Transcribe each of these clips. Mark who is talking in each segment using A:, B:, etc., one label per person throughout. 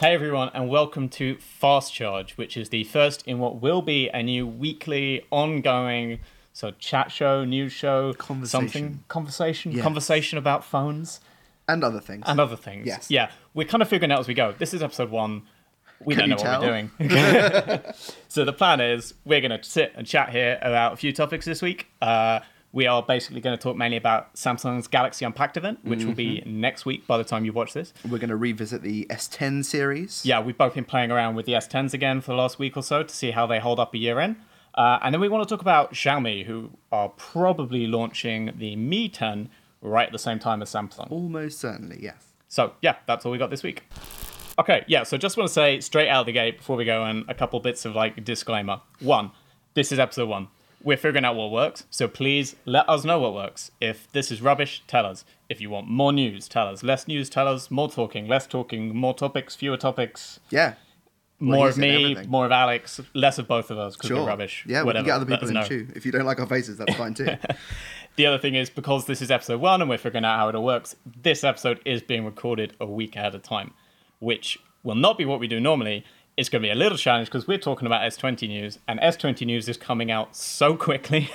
A: Hey everyone, and welcome to Fast Charge, which is the first in what will be a new weekly, ongoing, so chat show, news show,
B: Conversation.
A: something, conversation,
B: Yeah.
A: conversation about phones
B: and other things.
A: and other things.
B: Yes.
A: Yeah, we're kind of figuring out as we go. This is episode one. We
B: Can
A: don't know
B: you
A: what we're doing. so the plan is we're going to sit and chat here about a few topics this week. Uh, we are basically going to talk mainly about Samsung's Galaxy Unpacked event, which will be
B: Mm-hmm.
A: next week by the time you watch this.
B: We're going to revisit the S10 series.
A: Yeah, we've both been playing around with the S10s again for the last week or so to see how they hold up a year in. Uh, and then we want to talk about Xiaomi, who are probably launching the Mi 10 right at the same time as Samsung.
B: Almost certainly, yes.
A: So yeah, that's all we got this week. Okay, yeah. So just want to say straight out of the gate before we go on a couple bits of like disclaimer. One, this is episode one. We're figuring out what works, so please let us know what works. If this is rubbish, tell us. If you want more news, tell us. Less news, tell us. More talking, less talking. More topics, fewer topics.
B: Yeah.
A: More
B: he's
A: of
B: in
A: me,
B: everything.
A: more of Alex, less of both of us because
B: Sure.
A: we're rubbish.
B: Yeah,
A: Whatever.
B: we can get other
A: let
B: people
A: us
B: in
A: know.
B: too. If you don't like our faces, that's fine too.
A: The other thing is because this is episode one and we're figuring out how it all works, this episode is being recorded a week ahead of time, which will not be what we do normally. It's going to be a little challenge because we're talking about S20 news, and S20 news is coming out so quickly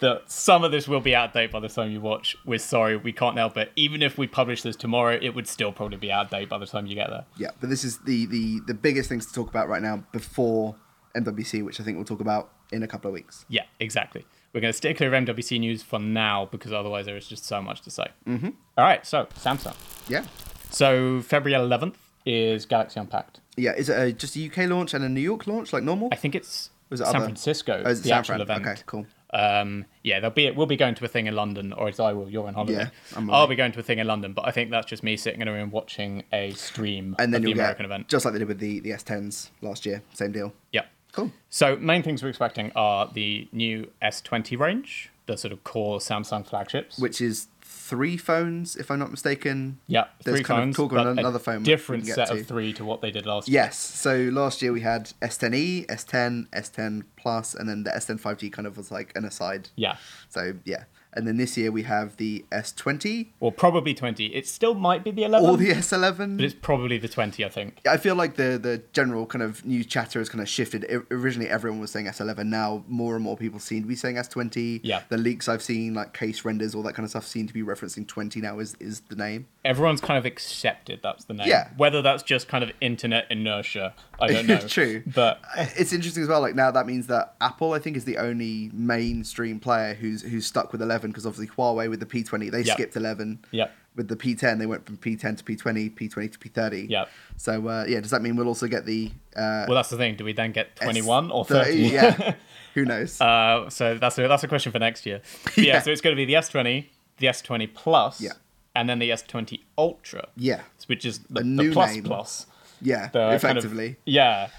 A: that some of this will be out of date by the time you watch. We're sorry, we can't help it. Even if we publish this tomorrow, it would still probably be out of date by the time you get there.
B: yeah, but this is the, the, the biggest things to talk about right now before MWC, which I think we'll talk about in a couple of weeks.
A: Yeah, exactly. We're going to stay clear of MWC news for now because otherwise there is just so much to say. Mm-hmm. right, so Samsung.
B: Yeah.
A: So February 11th is Galaxy Unpacked.
B: Yeah, is it a, just a UK launch and a New York launch like normal?
A: I think it's
B: Was it
A: San
B: other-
A: Francisco.
B: Oh, is it
A: the
B: San
A: actual
B: Fran?
A: event.
B: Okay, cool.
A: Um, yeah, there'll be we'll be going to a thing in London, or as I will. You're on holiday.
B: Yeah, I'm
A: I'll
B: away.
A: be going to a thing in London, but I think that's just me sitting in a room watching a stream
B: And then
A: of the
B: you'll
A: American
B: get,
A: event.
B: just like they did with the, the S10s last year, same deal.
A: Yep.
B: Cool.
A: So main things we're expecting are the new S20 range, the sort of core Samsung flagships.
B: Which is three phones, if I'm not mistaken.
A: yeah,
B: There's
A: three
B: kind
A: phones,
B: of talk
A: but
B: about
A: a
B: another phone. we
A: different
B: can get
A: set
B: to.
A: of three to what they did last. year.
B: Yes. So last year we had E, S10e, S10, S10 Plus, and then the S10 5G kind of was like an aside.
A: Yeah.
B: So yeah, and then this year we have the S20
A: Well, probably twenty. It still might be the eleven,
B: or the
A: but
B: S11.
A: it's probably the twenty. I think.
B: I feel like the the general kind of news chatter has kind of shifted. I- originally, everyone was saying S11. Now, more and more people seem to be saying S20.
A: Yeah.
B: The leaks I've seen, like case renders, all that kind of stuff, seem to be referencing 20 now is is the name.
A: everyone's kind of accepted that's the name.
B: Yeah.
A: Whether that's just kind of internet inertia, I don't know.
B: True.
A: But
B: it's interesting as well. Like now, that means that Apple, I think, is the only mainstream player who's who's stuck with 11 because obviously Huawei with the P20 they
A: Yep.
B: skipped 11.
A: Yep.
B: With the P10, they went from P10 to P20, P20 to P30.
A: Yep.
B: So uh, yeah, does that mean we'll also get the uh,
A: well, that's the thing. Do we then get
B: S-
A: 21 or 30?
B: Yeah. Who knows?
A: Uh, so that's a, that's a question for next year. But yeah.
B: Yeah.
A: So it's going to be the S20, the S20 Plus,
B: Yeah.
A: and then the S20 Ultra.
B: Yeah.
A: Which is the,
B: A
A: the
B: new
A: Plus
B: name.
A: Plus.
B: yeah.
A: The kind of-
B: Effectively.
A: yeah.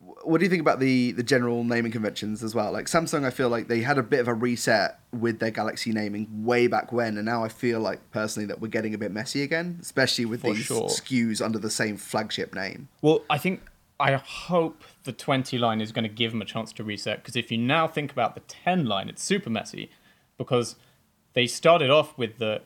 B: what do you think about the the general naming conventions as well? Like Samsung, I feel like they had a bit of a reset with their Galaxy naming way back when, and now I feel like personally that we're getting a bit messy again, especially with
A: For
B: these
A: sure.
B: SKUs under the same flagship name.
A: Well, I think I hope the 20 line is going to give them a chance to reset because if you now think about the 10 line, it's super messy because they started off with the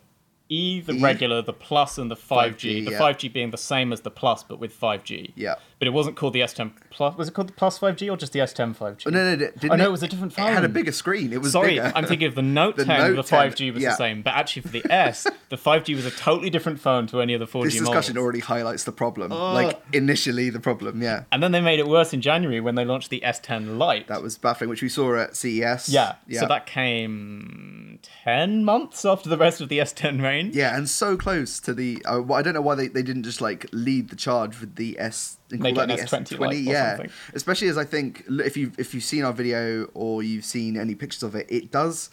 A: E, the
B: E?
A: regular, the plus, and the 5G.
B: 5G,
A: the
B: yeah.
A: 5G being the same as the plus, but with 5G.
B: Yeah.
A: But it wasn't called the S10 plus. Was it called the plus 5G or just the S10 5G?
B: Oh, no, no, it didn't
A: I know
B: it-
A: it was a different
B: It had a
A: phone.
B: bigger screen. It was
A: Sorry,
B: bigger.
A: I'm thinking of the Note
B: The
A: 10. the
B: Note 10,
A: 5G was
B: yeah.
A: the same, but actually for the S, the 5G was a totally different phone to any of Uh. the 4G
B: this discussion
A: models.
B: already highlights the problem. Like initially, the problem. Yeah,
A: And then they made it worse in January when they launched the S10 Lite.
B: that was baffling, which we saw at CES.
A: Yeah.
B: yeah,
A: So that came 10 months after the rest of the S10 range.
B: yeah, and so close to the. Uh, well, I don't know why they, they didn't just like lead the charge with the S. and
A: Make
B: call
A: it
B: that
A: an
B: the
A: S20,
B: S20,
A: like, or
B: yeah.
A: something.
B: Especially as I think l- if you if you've seen our video or you've seen any pictures of it, it does,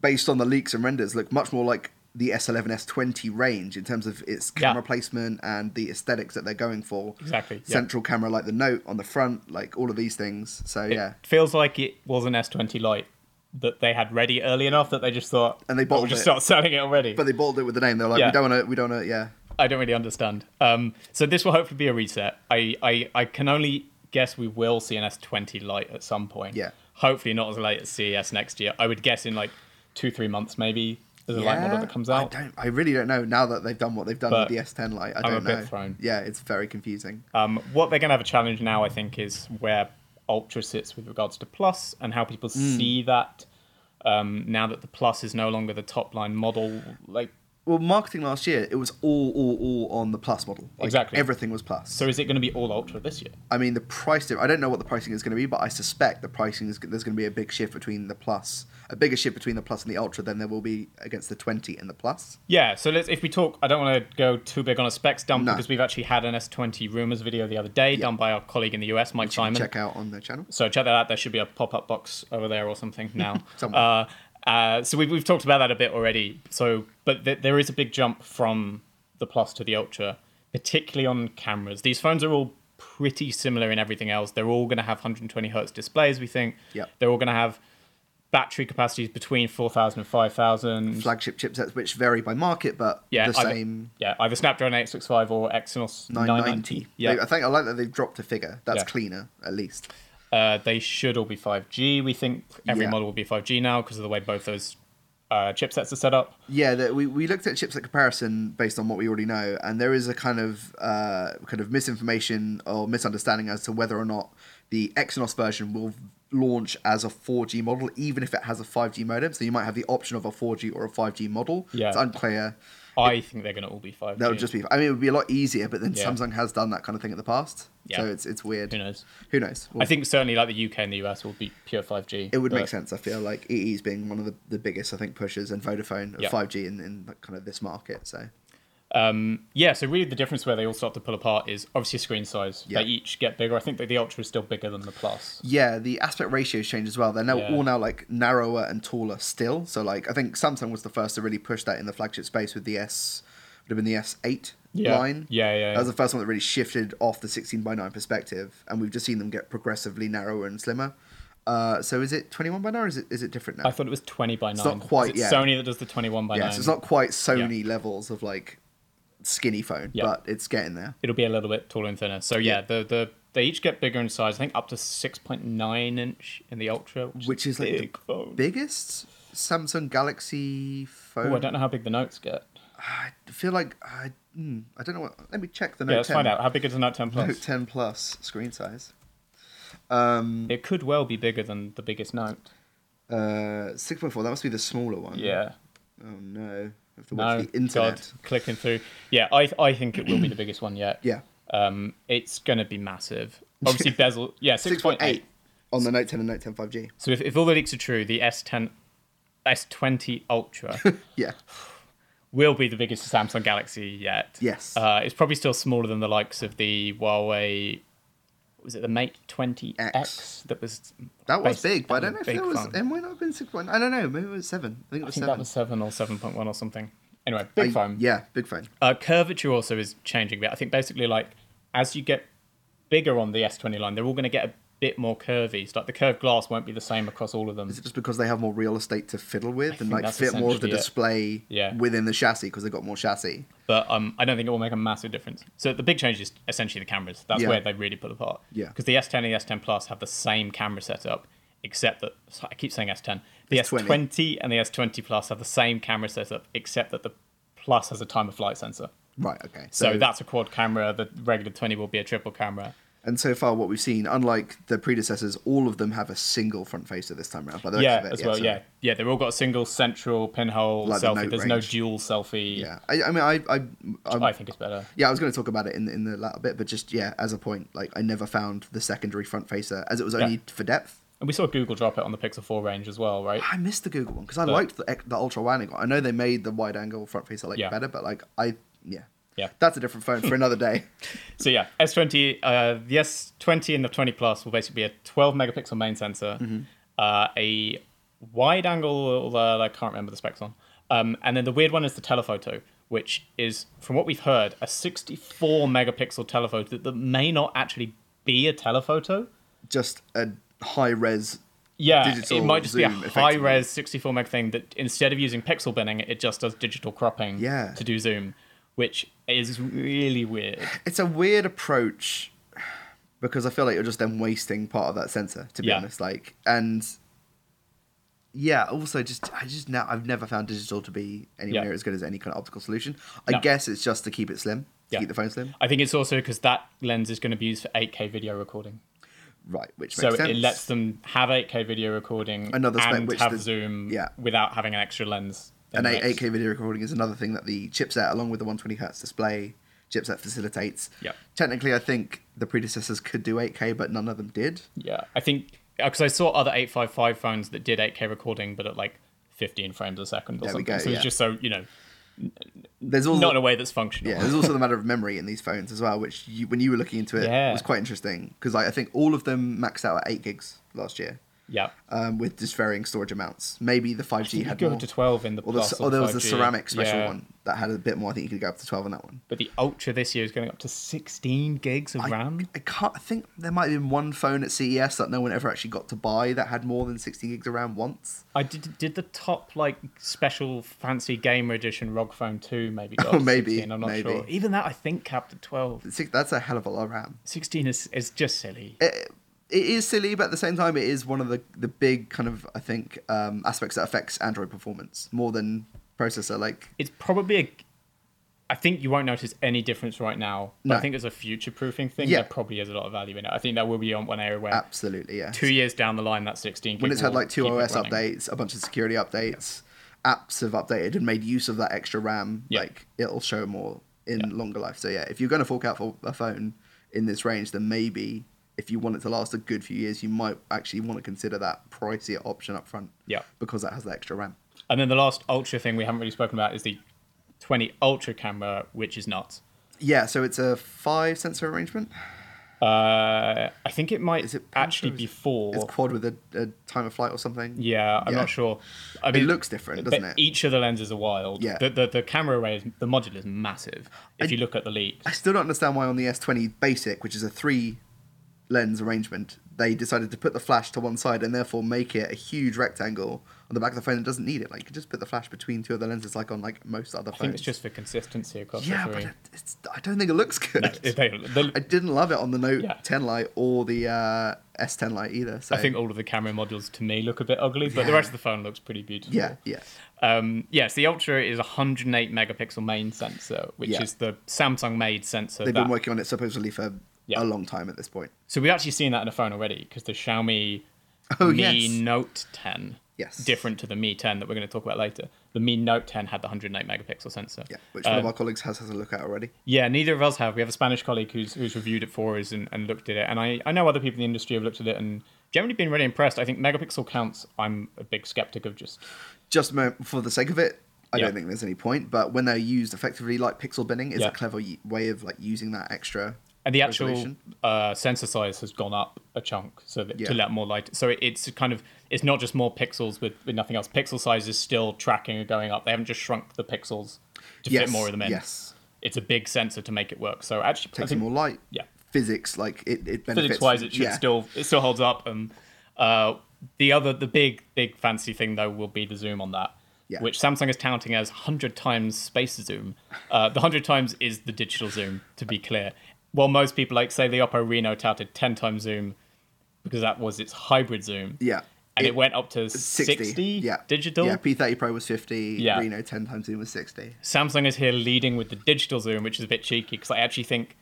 B: based on the leaks and renders, look much more like the S11 S20 range in terms of its
A: Yeah.
B: camera placement and the aesthetics that they're going for.
A: Exactly, yeah.
B: Central camera like the Note on the front, like all of these things. So yeah.
A: Feels like it was an S20 Lite that they had ready early enough that they just thought,
B: And they
A: "Oh, we'll
B: bottled
A: just
B: it."
A: start selling it already.
B: But they balled it with the name. They're like,
A: Yeah.
B: we don't want to. We don't want to. Yeah.
A: I don't really understand. Um, so this will hopefully be a reset. I, I, I can only guess we will see an S20 Lite at some point.
B: Yeah.
A: Hopefully not as late as CES next year. I would guess in like two, three months maybe there's a light model that comes out.
B: I don't. I really don't know now that they've done what they've done
A: But
B: with the S10 light. I
A: I'm
B: don't
A: a
B: know.
A: bit thrown.
B: Yeah, it's very confusing.
A: Um, what they're going to have a challenge now, I think, is where Ultra sits with regards to Plus and how people see that um, now that the Plus is no longer the top line model. Like,
B: Well, marketing last year, it was all, all, all on the Plus model. Like,
A: Exactly.
B: Everything was Plus.
A: so is it going to be all Ultra this year?
B: I mean, the price. I don't know what the pricing is going to be, but I suspect the pricing is there's going to be a big shift between the plus, a bigger shift between the plus and the ultra than there will be against the twenty and the plus.
A: Yeah, so let's if we talk, I don't want to go too big on a specs dump
B: No.
A: because we've actually had an S20 rumors video the other day done by our colleague in the US, Mike
B: You can
A: Simon.
B: Check out on the channel.
A: So check that out. There should be a pop up box over there or something now.
B: Somewhere.
A: Uh, uh, so we've, we've talked about that a bit already. So, but th- there is a big jump from the Plus to the Ultra, particularly on cameras. These phones are all pretty similar in everything else. They're all going to have 120 hertz displays. We think.
B: Yep.
A: They're all going to have battery capacities between 4,000 and 5,000.
B: Flagship chipsets, which vary by market, but
A: yeah,
B: the
A: either,
B: same
A: Yeah, either Snapdragon 865 or Exynos
B: 990.
A: 990. Yeah.
B: They- I think I like that they've dropped a figure. That's
A: Yeah.
B: cleaner, at least.
A: Uh, they should all be 5G. We think every
B: Yeah.
A: model will be 5G now because of the way both those uh, chipsets are set up.
B: Yeah, that we, we looked at chipset comparison based on what we already know, and there is a kind of uh, kind of misinformation or misunderstanding as to whether or not the Exynos version will launch as a 4G model, even if it has a 5G modem. So you might have the option of a 4G or a 5G model.
A: Yeah.
B: It's unclear.
A: I think they're going to all be 5G.
B: That would just be. I mean, it would be a lot easier, but then
A: Yeah.
B: Samsung has done that kind of thing in the past.
A: Yeah.
B: So it's it's weird.
A: Who knows?
B: Who knows? Well,
A: I think certainly like the UK and the US will be pure 5G.
B: it would make
A: but-
B: sense. I feel like EE's being one of the, the biggest, I think, pushes and Vodafone of
A: Yeah.
B: 5G in, in like, kind of this market. So
A: mm, Yeah, so really the difference where they all start to pull apart is obviously screen size.
B: Yeah.
A: They each get bigger. I think that the Ultra is still bigger than the Plus.
B: Yeah, the aspect ratios change as well. They're now
A: Yeah.
B: all now like narrower and taller still. So like I think Samsung was the first to really push that in the flagship space with the S would have been the S eight
A: Yeah.
B: line.
A: Yeah, yeah,
B: That was
A: yeah.
B: the first one that really shifted off the sixteen by nine perspective, and we've just seen them get progressively narrower and slimmer. Uh, so is it twenty one by nine? Or is it is it different now?
A: I thought it was 20 by 9.
B: not quite,
A: It's
B: yeah.
A: Sony that does the 21 by
B: yeah,
A: 9.
B: so it's not quite Sony levels of like skinny phone,
A: Yeah.
B: but it's getting there.
A: It'll be a little bit taller and thinner. So yeah, the, the they each get bigger in size. I think up to 6.9 inch in the Ultra, which,
B: Which is, like, the
A: big phone.
B: Biggest Samsung Galaxy phone.
A: Oh, I don't know how big the notes get.
B: I feel like I, mm, I don't know what. Let me check the Note
A: Yeah, let's
B: 10.
A: find out. How big is the Note 10 Plus?
B: Note 10 Plus screen size. Um,
A: It could well be bigger than the biggest Note.
B: Uh, 6.4. That must be the smaller one.
A: Yeah.
B: Oh no. I have to watch
A: No.
B: the internet.
A: God, clicking through. Yeah, I I think it will be the biggest one yet.
B: Yeah.
A: Um, it's gonna be massive. Obviously, bezel. Yeah, six point
B: 6.8
A: eight.
B: on the Note 10 and Note 10 5G.
A: So if, if all the leaks are true, the S10, S20 Ultra
B: Yeah.
A: will be the biggest Samsung Galaxy yet.
B: Yes.
A: Uh, it's probably still smaller than the likes of the Huawei. Was it the Mate 20X
B: X.
A: that was?
B: That
A: based-
B: was big, but I
A: that
B: don't know if
A: a
B: it
A: big
B: was.
A: phone.
B: It might not have been 6.9. I don't know. Maybe it was 7. I think it
A: I
B: was
A: think
B: 7.
A: that was seven or seven point one or something. Anyway, big
B: I-
A: phone.
B: Yeah, big phone.
A: Uh, curvature also is changing a bit. I think basically, like as you get bigger on the S20 line, they're all going to get a bit more curvy. So, like the curved glass won't be the same across all of them.
B: Is it just because they have more real estate to fiddle with and
A: think
B: like
A: that's
B: fit more of the
A: essentially it.
B: display
A: Yeah.
B: within the chassis because they got more chassis?
A: But um, I don't think it will make a massive difference. So the big change is essentially the cameras. That's
B: Yeah.
A: where they really pull apart.
B: Yeah.
A: Because the S10 and the S10 Plus have the same camera setup, except that I keep saying S10. The
B: It's 20.
A: S20 and the S20 Plus have the same camera setup, except that the Plus has a time of flight sensor.
B: Right, okay.
A: So, that's a quad camera. The regular 20 will be a triple camera.
B: And so far, what we've seen, unlike the predecessors, all of them have a single front facer this time around. By the looks
A: Yeah,
B: of it,
A: as well.
B: so-
A: Yeah, yeah. They've all got a single central pinhole
B: Like the
A: selfie.
B: note
A: There's no
B: range.
A: dual selfie.
B: yeah. I, I mean, I, I, I'm-
A: I think it's better.
B: yeah, I was going to talk about it in in the latter bit, but just yeah, as a point, like I never found the secondary front facer as it was only for depth.
A: And we saw Google drop it on the Pixel 4 range as well, right?
B: I missed the Google one because I liked the, the ultra wide angle. I know they made the wide angle front facer like
A: Yeah.
B: better, but like I, yeah,
A: Yeah.
B: that's a different phone for another day.
A: So yeah, S20, uh, the S20 and the 20 Plus will basically be a 12 megapixel main sensor,
B: Mm-hmm.
A: uh, a wide angle. Uh, I can't remember the specs on. Um, and then the weird one is the telephoto, which is, from what we've heard, a 64 megapixel telephoto that, that may not actually be a telephoto.
B: Just a high res.
A: Yeah,
B: digital
A: it might just be a
B: zoom,
A: high
B: effectively.
A: res 64 meg thing that instead of using pixel binning, it just does digital cropping
B: Yeah.
A: to do zoom, which is really weird.
B: It's a weird approach. because I feel like you're just then wasting part of that sensor, to be
A: Yeah.
B: honest. Like, and yeah, also just I just now I've never found digital to be anywhere
A: Yeah.
B: near as good as any kind of optical solution. I
A: No.
B: guess it's just to keep it slim, to
A: Yeah.
B: keep the phone slim,
A: I think it's also because that lens is going to be used for 8K video recording.
B: right? Which
A: So
B: makes sense.
A: it lets them have 8K video recording
B: Another spec
A: and
B: which
A: have
B: the-
A: zoom
B: yeah.
A: without having an extra lens. in
B: an
A: the
B: 8,
A: mix.
B: 8K video recording is another thing that the chipset, along with the 120 hertz display chipset, facilitates.
A: Yeah.
B: Technically, I think the predecessors could do 8K, but none of them did.
A: Yeah, I think because I saw other 855 phones that did 8K recording, but at like 15 frames a second or
B: There we
A: something.
B: go,
A: so
B: yeah.
A: it's just so you know,
B: There's also
A: not in a way that's functional.
B: yeah, there's also the matter of memory in these phones as well, which you, when you were looking into it
A: Yeah.
B: was quite interesting because I think all of them maxed out at eight gigs last year,
A: yeah.
B: um, with just varying storage amounts. Maybe the 5G
A: You
B: had
A: go
B: more.
A: up to 12 in the
B: Or, the,
A: plus.
B: or there was the
A: 5G.
B: ceramic special
A: Yeah.
B: one that had a bit more. I think you could go up to 12 on that one.
A: But the Ultra this year is going up to 16 gigs of RAM.
B: I can't I think there might have been one phone at CES that no one ever actually got to buy that had more than 60 gigs around once.
A: I did did the top like special fancy gamer edition ROG Phone 2 maybe.
B: Oh,
A: Got
B: maybe,
A: 16, I'm not
B: maybe.
A: sure. Even that I think capped at 12.
B: Six- That's a hell of a lot of RAM.
A: 16 is is just silly.
B: It, it is silly, but at the same time, it is one of the, the big kind of, I think, um, aspects that affects Android performance more than processor. Like,
A: It's probably a I think you won't notice any difference right now. But
B: No.
A: I think there's a future proofing thing.
B: Yeah.
A: There probably is a lot of value in it. I think that will be on one area where
B: absolutely, yeah.
A: two years down the line that 16
B: when
A: gig
B: it's had
A: will
B: like two
A: keep it
B: OS
A: running.
B: updates, a bunch of security updates, apps have updated and made use of that extra RAM,
A: Yeah.
B: like it'll show more in longer life. So yeah, if you're going to fork out for a phone in this range, then maybe if you want it to last a good few years, you might actually want to consider that pricier option up front.
A: Yeah.
B: because that has the extra RAM.
A: And then the last Ultra thing we haven't really spoken about is the 20 Ultra camera which is nuts.
B: Yeah, so it's a five sensor arrangement.
A: Uh, I think it might
B: Is it Panzer
A: actually
B: or is
A: be
B: it-
A: four.
B: It's quad with a, a time of flight or something.
A: Yeah, I'm
B: Yeah.
A: not sure. I
B: It looks different,
A: but
B: doesn't it?
A: Each of the lenses are wild.
B: Yeah.
A: The, the, the camera array, is, the module is massive. If
B: I-
A: you look at the leak,
B: I still don't understand why on the S20 Basic, which is a three lens arrangement, they decided to put the flash to one side and therefore make it a huge rectangle on the back of the phone that doesn't need it. Like you could just put the flash between two of the lenses, like on like most other phones.
A: I think it's just for consistency across
B: yeah,
A: the
B: but
A: three.
B: it, it's, I don't think it looks good.
A: If they- the-
B: I didn't love it on the Note
A: Yeah.
B: 10 Lite or the uh, S10 Lite either. So
A: I think all of the camera modules to me look a bit ugly, but the
B: Yeah.
A: rest of the phone looks pretty beautiful.
B: yeah, yeah,
A: Um, yes, the Ultra is a 108 megapixel main sensor, which
B: Yeah.
A: is the Samsung made sensor.
B: they've
A: that-
B: been working on it supposedly for
A: Yeah.
B: a long time at this point.
A: So we've actually seen that in a phone already because the Xiaomi
B: Oh,
A: Mi
B: yes.
A: Note 10,
B: Yes.
A: different to the Mi 10 that we're going to talk about later. The Mi Note 10 had the 108 megapixel sensor.
B: Yeah, which
A: Uh,
B: one of our colleagues has had a look at already.
A: yeah, neither of us have. We have a Spanish colleague who's who's reviewed it for us and, and looked at it, and I, I know other people in the industry have looked at it and generally been really impressed. I think megapixel counts. I'm a big skeptic of just
B: just mo- for the sake of it, I
A: Yeah.
B: don't think there's any point. But when they're used effectively, like pixel binning, is
A: Yeah.
B: a clever y- way of like using that extra.
A: and the actual
B: Resolution.
A: uh, sensor size has gone up a chunk so that
B: Yeah.
A: to let more light. So it, it's kind of it's not just more pixels with, with nothing else. Pixel size is still tracking and going up. They haven't just shrunk the pixels to
B: Yes,
A: fit more of them in.
B: yes,
A: It's a big sensor to make it work. So actually, I
B: takes
A: think
B: more light.
A: yeah.
B: physics like it. it benefits
A: physics wise, it should
B: yeah.
A: still it still holds up. And uh, the other the big big fancy thing though will be the zoom on that,
B: Yeah.
A: which Samsung is touting as hundred times space zoom. Uh, the hundred times is the digital zoom, to be clear. While most people like say the Oppo Reno touted ten times zoom because that was its hybrid zoom.
B: yeah.
A: And it, went up to 60,
B: yeah.
A: digital.
B: Yeah, P30 Pro was 50,
A: Yeah. Hmm.
B: Reno 10 times zoom was 60.
A: Samsung is here leading with the digital zoom, which is a bit cheeky because I actually think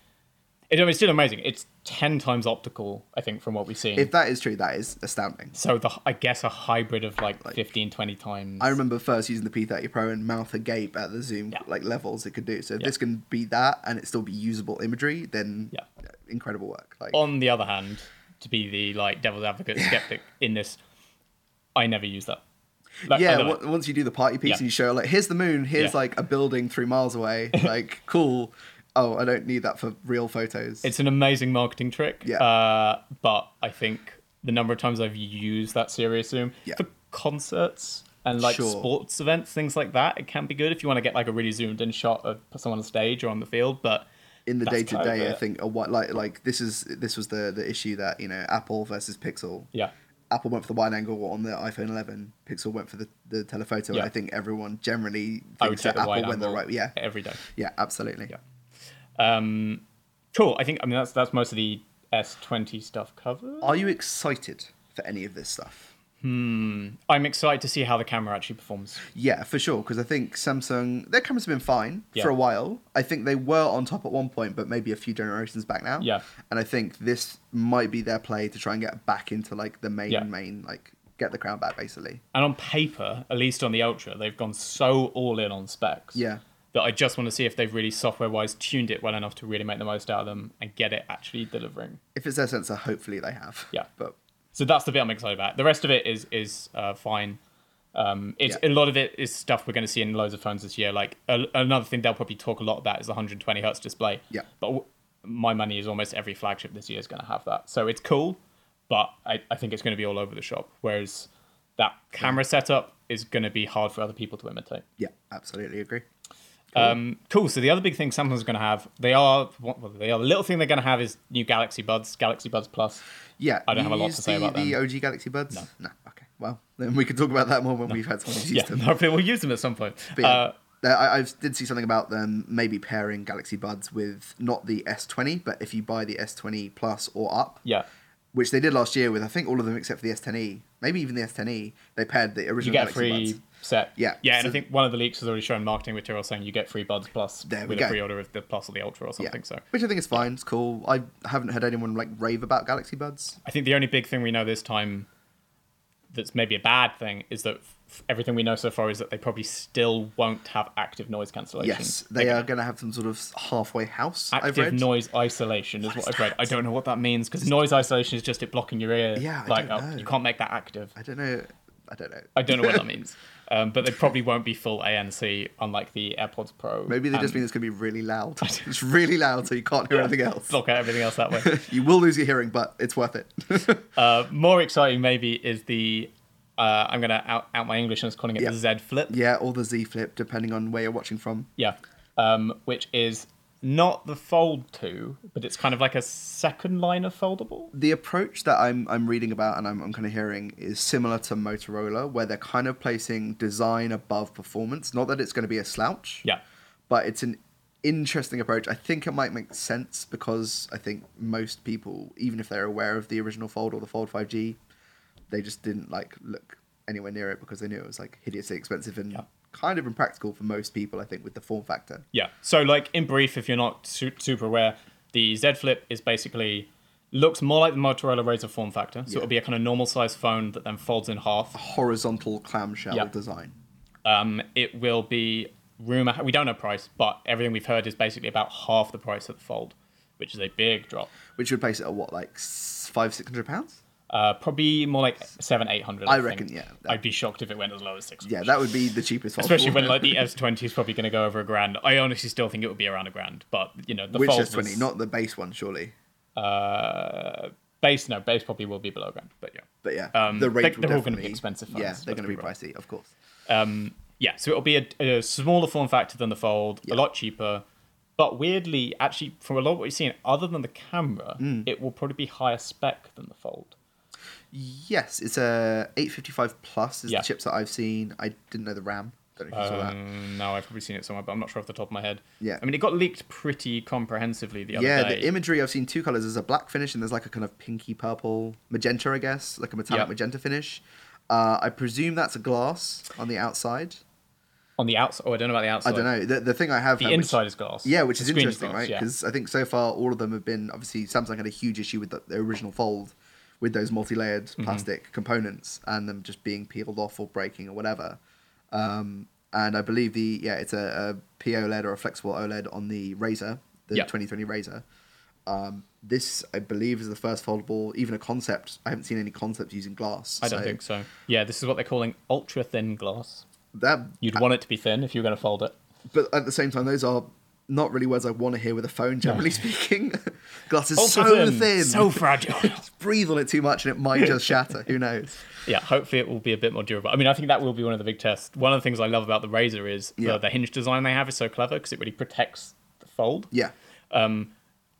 A: it, it's still amazing. It's 10 times optical, I think, from what we've seen.
B: If that is true, that is astounding.
A: So the I guess a hybrid of like, 15, 20 times.
B: I remember first using the P30 Pro and mouth agape at the zoom
A: Yeah.
B: like levels it could do. So if this can be that and it still be usable imagery, then
A: Yeah.
B: incredible work. Like
A: On the other hand, to be the like devil's advocate skeptic in this, I never use that. Like, I
B: yeah,
A: don't know.
B: w- once you do the party piece
A: Yeah.
B: and you show like, here's the moon, here's
A: Yeah.
B: like a building three miles away, like cool. Oh, I don't need that for real photos.
A: it's an amazing marketing trick.
B: Yeah.
A: Uh, but I think the number of times I've used that serious zoom
B: Yeah.
A: for concerts and like
B: Sure.
A: sports events, things like that, it can be good if you want to get like a really zoomed in shot of someone on stage or on the field. But
B: in the
A: that's
B: day to
A: kind of
B: day. I
A: it.
B: think a what like like this is this was the the issue that you know Apple versus Pixel.
A: yeah,
B: Apple went for the wide angle on the iPhone 11. Pixel went for the, the telephoto. and
A: Yeah.
B: I think everyone generally
A: I would
B: thinks
A: take
B: that
A: the
B: Apple
A: wide
B: went the
A: angle
B: right. Yeah,
A: every day.
B: yeah, absolutely.
A: Um, cool. I think I mean that's that's most of the S20 stuff covered.
B: Are you excited for any of this stuff?
A: I'm excited to see how the camera actually performs.
B: Yeah, for sure. Because I think Samsung, their cameras have been fine
A: Yeah.
B: for a while. I think they were on top at one point, but maybe a few generations back now.
A: Yeah.
B: And I think this might be their play to try and get back into like the main,
A: Yeah.
B: main, like get the crown back basically.
A: And on paper, at least on the Ultra, they've gone so all in on specs.
B: Yeah.
A: That I just want to see if they've really software wise tuned it well enough to really make the most out of them and get it actually delivering.
B: If it's their sensor, hopefully they have.
A: Yeah.
B: But
A: So that's the bit I'm excited about. The rest of it is is uh, fine. Um, it's
B: Yeah.
A: a lot of it is stuff we're going to see in loads of phones this year. Like a, another thing they'll probably talk a lot about is the 120 hertz display.
B: Yeah.
A: But w- my money is almost every flagship this year is going to have that. So it's cool, but I, I think it's going to be all over the shop. Whereas that camera setup is going to be hard for other people to imitate.
B: yeah, absolutely agree.
A: Um, cool. So the other big thing Samsung's going to have, they are what, what are they are the little thing they're going to have is new Galaxy Buds, Galaxy Buds Plus.
B: Yeah.
A: I don't
B: you
A: have a lot to
B: use
A: say
B: the,
A: about
B: the
A: them.
B: OG Galaxy Buds. No. Okay. Well, then we can talk about that more when we've had someone who's used
A: Yeah,
B: them.
A: hopefully we'll use them at some point.
B: But yeah,
A: Uh,
B: there- I, I did see something about them maybe pairing Galaxy Buds with not the S20, but if you buy the S20 Plus or up,
A: yeah.
B: which they did last year with I think all of them except for the S10e, maybe even the S10e, they paired the original
A: you get a free
B: Galaxy Buds.
A: set.
B: Yeah,
A: Yeah, and
B: so-
A: I think one of the leaks has already shown marketing material saying you get free Buds Plus
B: There we
A: with
B: go.
A: a pre-order of the Plus or the Ultra or
B: Yeah,
A: something. So
B: which I think is fine. It's cool. I haven't heard anyone like rave about Galaxy Buds.
A: I think the only big thing we know this time that's maybe a bad thing is that f- everything we know so far is that they probably still won't have active noise cancellation.
B: Yes, they are going to have some sort of halfway house. I've
A: Active
B: read.
A: noise isolation is what I've read. I don't know what that means because noise isolation is just it blocking your ear.
B: Yeah, I
A: like
B: don't
A: oh,
B: know.
A: you can't make that active.
B: I don't know. I don't know.
A: I don't know what that means. Um, but they probably won't be full ANC, unlike the AirPods Pro.
B: Maybe they
A: and
B: just mean it's going to be really loud. it's really loud, so you can't hear anything else.
A: block out everything else that way.
B: you will lose your hearing, but it's worth it.
A: Uh, more exciting maybe is the uh, I'm gonna out, out my English and it's calling it the
B: Yeah.
A: Z Flip.
B: yeah, or the Z Flip, depending on where you're watching from.
A: Yeah. Um, which is not the Fold two, but it's kind of like a second line of foldable.
B: The approach that I'm I'm reading about and I'm, I'm kind of hearing is similar to Motorola, where they're kind of placing design above performance. Not that it's going to be a slouch,
A: Yeah.
B: but it's an interesting approach. I think it might make sense because I think most people, even if they're aware of the original Fold or the Fold 5G, they just didn't like look anywhere near it because they knew it was like hideously expensive and kind of impractical for most people. I think with the form factor.
A: Yeah. So like in brief, if you're not su- super aware, the Z Flip is basally looks more like the Motorola Razr form factor. So it'll be a kind of normal size phone that then folds in half.
B: Horizontal clamshell
A: Yeah.
B: design.
A: Um, it will be rumor. We don't know price, but everything we've heard is basically about half the price of the Fold, which is a big drop.
B: which would place it at what like s- five six hundred pounds
A: Uh, probably more like seven, eight hundred.
B: I reckon, yeah.
A: I'd be shocked if it went as low as six.
B: yeah that would be the cheapest one
A: Especially when like the S twenty is probably going to go over a grand. I honestly still think it would be around a grand, but you know the
B: which
A: fold
B: is 20
A: was-
B: not the base one surely
A: uh, base no base probably will be below grand, but yeah,
B: but yeah
A: Um,
B: the rate
A: they-
B: will
A: they're all gonna be
B: definitely-
A: expensive phones,
B: yeah
A: let's
B: they're going to
A: be
B: be
A: real.
B: pricey of course
A: yeah. So it'll be a, a smaller form factor than the fold, a lot cheaper, but weirdly, actually, from a lot of what you've seen, other than the camera,
B: Hmm.
A: it will probably be higher spec than the fold.
B: yes it's a 855 plus is
A: Yeah.
B: the chips that i've seen i didn't know the ram don't know if you saw that
A: Um, no, I've probably seen it somewhere, but I'm not sure off the top of my head.
B: Yeah.
A: I mean, it got leaked pretty comprehensively the other
B: yeah
A: day.
B: the imagery i've seen two colors there's a black finish and there's like a kind of pinky purple magenta i guess like a metallic
A: Yeah.
B: magenta finish uh, i presume that's a glass on the outside
A: on the outside. Oh, I don't know about the outside.
B: i don't know the, the thing i have
A: The
B: heard, which-
A: inside is glass.
B: Yeah, which is
A: The screen
B: interesting,
A: glass,
B: right?
A: yeah.
B: Because I think so far all of them have been obviously Samsung had a huge issue with the, the original fold, with those multi-layered
A: Mm-hmm.
B: plastic components and them just being peeled off or breaking or whatever. Um, and I believe the yeah, it's a, a POLED E or a flexible OLED on the Razer, the
A: Yeah.
B: 2020 Razer. Um, this I believe is the first foldable, even a concept. I haven't seen any concepts using glass.
A: I don't think so. Yeah, this is what they're calling ultra thin glass.
B: That
A: You'd want it to be thin if you were going to fold it.
B: but at the same time, those are not really words I want to hear with a phone. Generally speaking, glass is
A: Ultra
B: so thin,
A: so fragile.
B: breathe on it too much and it might just shatter. Who knows?
A: yeah, hopefully it will be a bit more durable. I mean, I think that will be one of the big tests. One of the things I love about the Razer is
B: Yeah.
A: the, the hinge design they have is so clever because it really protects the fold.
B: Yeah,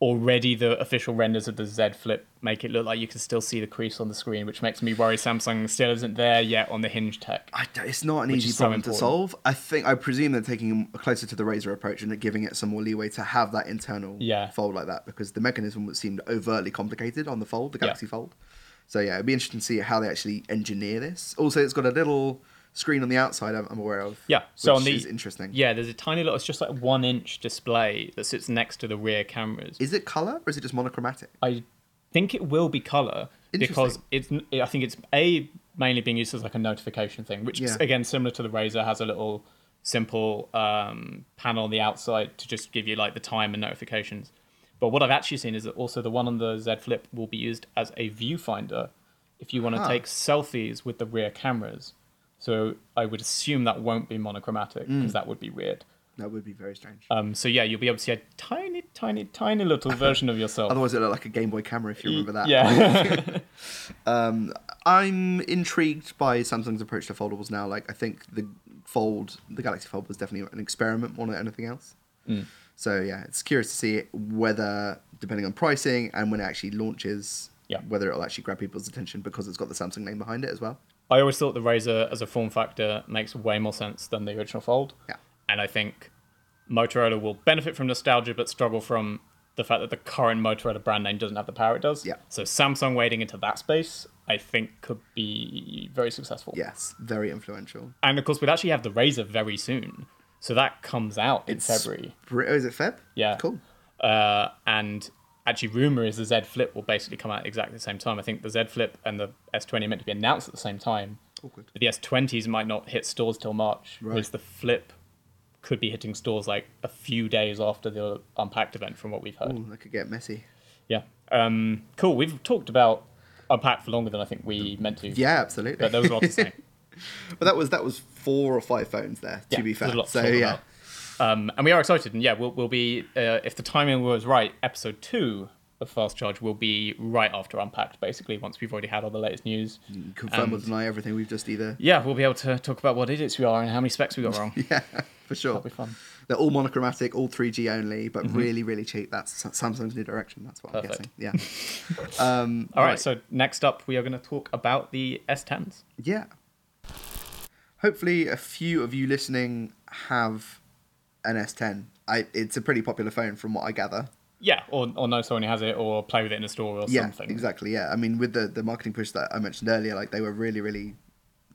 A: already the official renders of the Z Flip make it look like you can still see the crease on the screen, which makes me worry Samsung still isn't there yet on the hinge tech.
B: I don't- it's not an
A: Which
B: easy
A: is so
B: problem to
A: important.
B: solve. I think I presume they're taking closer to the razor approach and giving it some more leeway to have that internal
A: Yeah.
B: fold like that because the mechanism would seemed overtly complicated on the fold, the
A: Yeah.
B: Galaxy Fold. So yeah, it'd be interesting to see how they actually engineer this. Also, it's got a little screen on the outside I'm, I'm aware of.
A: Yeah, so
B: which
A: on the-
B: is interesting.
A: Yeah, there's a tiny little, it's just like one inch display that sits next to the rear cameras.
B: Is it color or is it just monochromatic?
A: I think it will be color because it's. I think it's a mainly being used as like a notification thing, which is,
B: Yeah.
A: again similar to the Razer has a little simple um, panel on the outside to just give you like the time and notifications. But what I've actually seen is that also the one on the Z Flip will be used as a viewfinder if you want to
B: Huh.
A: take selfies with the rear cameras. So I would assume that won't be monochromatic
B: Mm.
A: because that would be weird.
B: That would be very strange.
A: Um, so yeah, you'll be able to see a tiny, tiny, tiny little version of yourself.
B: Otherwise, it looked like a Game Boy camera if you remember that.
A: Yeah.
B: Um, I'm intrigued by Samsung's approach to foldables now. Like, I think the fold, the Galaxy Fold, was definitely an experiment more than anything else.
A: Mm.
B: So yeah, it's curious to see whether, depending on pricing and when it actually launches,
A: Yeah.
B: whether it'll actually grab people's attention because it's got the Samsung name behind it as well.
A: I always thought the Razor as a form factor makes way more sense than the original Fold.
B: Yeah.
A: And I think Motorola will benefit from nostalgia but struggle from the fact that the current Motorola brand name doesn't have the power it does.
B: Yeah.
A: So Samsung wading into that space, I think, could be very successful.
B: Yes, very influential.
A: And of course, we'd actually have the Razor very soon. So that comes out in February.
B: February. Oh, is it Feb?
A: Yeah.
B: Cool.
A: Uh, and actually, rumor is the Z Flip will basically come out at exactly the same time. I think the Z Flip and the S20 are meant to be announced at the same time.
B: Awkward.
A: But the S20s might not hit stores till March, whereas
B: Right.
A: the Flip could be hitting stores like a few days after the Unpacked event, from what we've heard.
B: Ooh, that could get messy.
A: Yeah. Um, cool. We've talked about Unpacked for longer than I think we meant to.
B: Yeah, absolutely.
A: But there was a lot to say.
B: but that was that was four or five phones there. To
A: Yeah,
B: be fair.
A: there's a lot to
B: so
A: talk
B: yeah.
A: about. Um, and we are excited, and yeah, we'll, we'll be uh, if the timing was right. Episode two of Fast Charge will be right after Unpacked, basically. Once we've already had all the latest news,
B: Confirm or
A: And-
B: deny everything we've just either.
A: yeah, we'll be able to talk about what idiots we are and how many specs we got wrong.
B: Yeah, for sure.
A: That'll be fun.
B: They're all monochromatic, all 3G only, but really, really cheap. That's Sa- Samsung's new direction. That's what
A: Mm-hmm. Perfect.
B: I'm guessing. Yeah. um,
A: All right, so next up, we are going to talk about the S10s.
B: yeah. Hopefully, a few of you listening have an S10. I, it's a pretty popular phone from what I gather.
A: Yeah, or, or know someone who has it, or play with it in a store or
B: Yeah,
A: something.
B: exactly. Yeah, I mean, with the the marketing push that I mentioned earlier, like they were really, really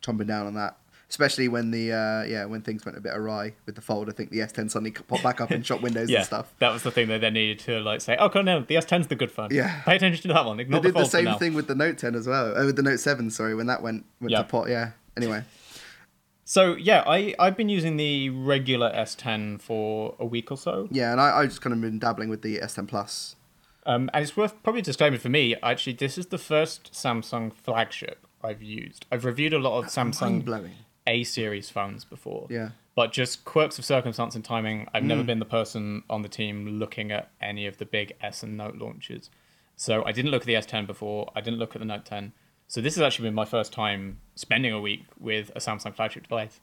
B: chomping down on that. Especially when the uh, yeah when things went a bit awry with the fold, I think the S10 suddenly popped back up in shop windows
A: Yeah,
B: and stuff.
A: that was the thing they then needed to like say, oh, come on, the S10's the good phone.
B: Yeah.
A: pay attention to that one. Ignore
B: They
A: the
B: did the
A: fold for
B: same
A: now.
B: thing with the Note 10 as well. Oh, with the Note 7, sorry, when that went went
A: Yeah.
B: to pot. Yeah. Anyway,
A: So yeah, I I've been using the regular S10 for a week or so,
B: yeah, and I I just kind of been dabbling with the S10 Plus.
A: um, and it's worth probably disclaiming for me. Actually, this is the first Samsung flagship I've used. I've reviewed a lot of
B: Mind
A: Samsung
B: blowing.
A: A series phones before.
B: Yeah.
A: But just quirks of circumstance and timing, I've never been the person on the team looking at any of the big S and Note launches. So I didn't look at the S10 before. I didn't look at the Note 10. So this has actually been my first time spending a week with a Samsung flagship device,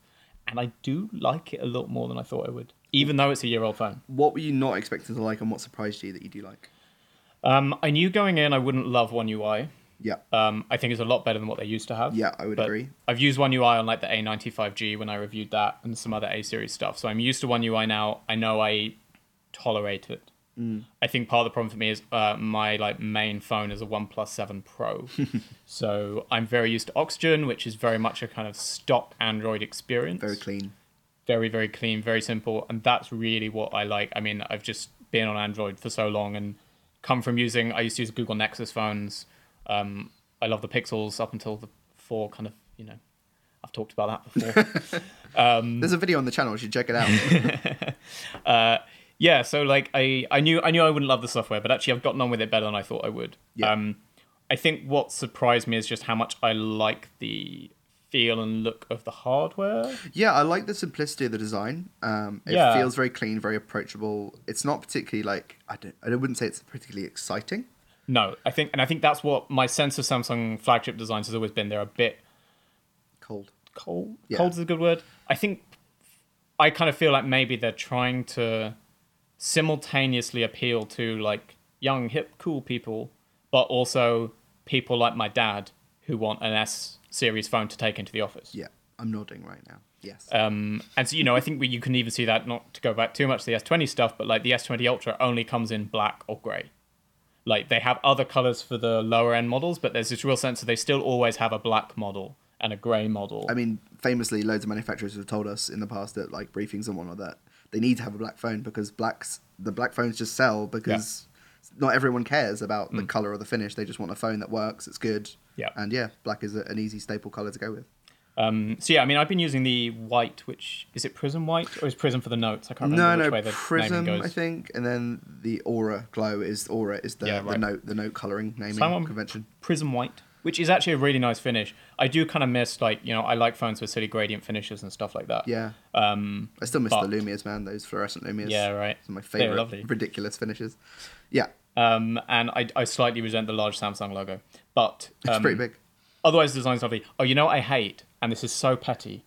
A: and I do like it a lot more than I thought I would, even though it's a year old phone.
B: What were you not expecting to like, and what surprised you that you do like?
A: Um, I knew going in I wouldn't love One UI.
B: Yeah.
A: Um, I think it's a lot better than what they used to have.
B: Yeah, I would
A: But
B: agree.
A: I've used One UI on like the A95G when I reviewed that and some other A series stuff. So I'm used to One UI now. I know I tolerate it.
B: Mm.
A: I think part of the problem for me is uh, my like main phone is a OnePlus 7 Pro. so I'm very used to Oxygen, which is very much a kind of stock Android experience
B: Very clean.
A: very very clean very simple and that's really what i like i mean i've just been on android for so long and come from using i used to use google nexus phones um, i love the pixels up until the four kind of you know i've talked about that before Mm.
B: There's a video on the channel. You should check it out.
A: yeah so like i i knew i knew i wouldn't love the software but actually i've gotten on with it better than i thought i would
B: Yeah.
A: um, i think what surprised me is just how much i like the feel and look of the hardware
B: yeah, I like the simplicity of the design. Um, it
A: Yeah.
B: feels very clean, very approachable. It's not particularly like I don't. I wouldn't say it's particularly exciting.
A: no i think and i think that's what my sense of samsung flagship designs has always been they're a bit
B: Cold.
A: cold.
B: Yeah.
A: Cold is a good word. I think I kind of feel like maybe they're trying to simultaneously appeal to like young, hip, cool people, but also people like my dad who want an S series phone to take into the office.
B: Yeah, I'm nodding right now. Yes.
A: Um, and so, you know, I think we, you can even see that, not to go back too much to the S20 stuff, but like the S20 Ultra only comes in black or grey. Like they have other colors for the lower end models, but there's this real sense that they still always have a black model and a grey model.
B: I mean, famously, loads of manufacturers have told us in the past that like briefings and whatnot that they need to have a black phone because blacks the black phones just sell because not everyone cares about the color or the finish. They just want a phone that works, it's good.
A: Mm. Yeah.
B: And yeah, black is a, an easy staple color to go with.
A: Um, so yeah, I mean, I've been using the white, which is it Prism White or is Prism for the notes? I can't
B: No,
A: remember which
B: no,
A: way the naming
B: prism.
A: goes.
B: I think, and then the aura glow is aura is the,
A: Yeah,
B: the
A: right.
B: note the note coloring naming
A: So I'm on
B: convention.
A: Prism White, which is actually a really nice finish. I do kind of miss like you know I like phones with silly gradient finishes and stuff like that.
B: Yeah,
A: Um,
B: I still miss
A: but-
B: the Lumias, man. Those fluorescent Lumias.
A: Yeah, right.
B: Some of my
A: They were
B: favorite
A: lovely.
B: ridiculous finishes. Yeah,
A: um, and I, I slightly resent the large Samsung logo, but
B: it's
A: um,
B: pretty big.
A: otherwise the design's lovely. Oh, you know what I hate, and this is so petty,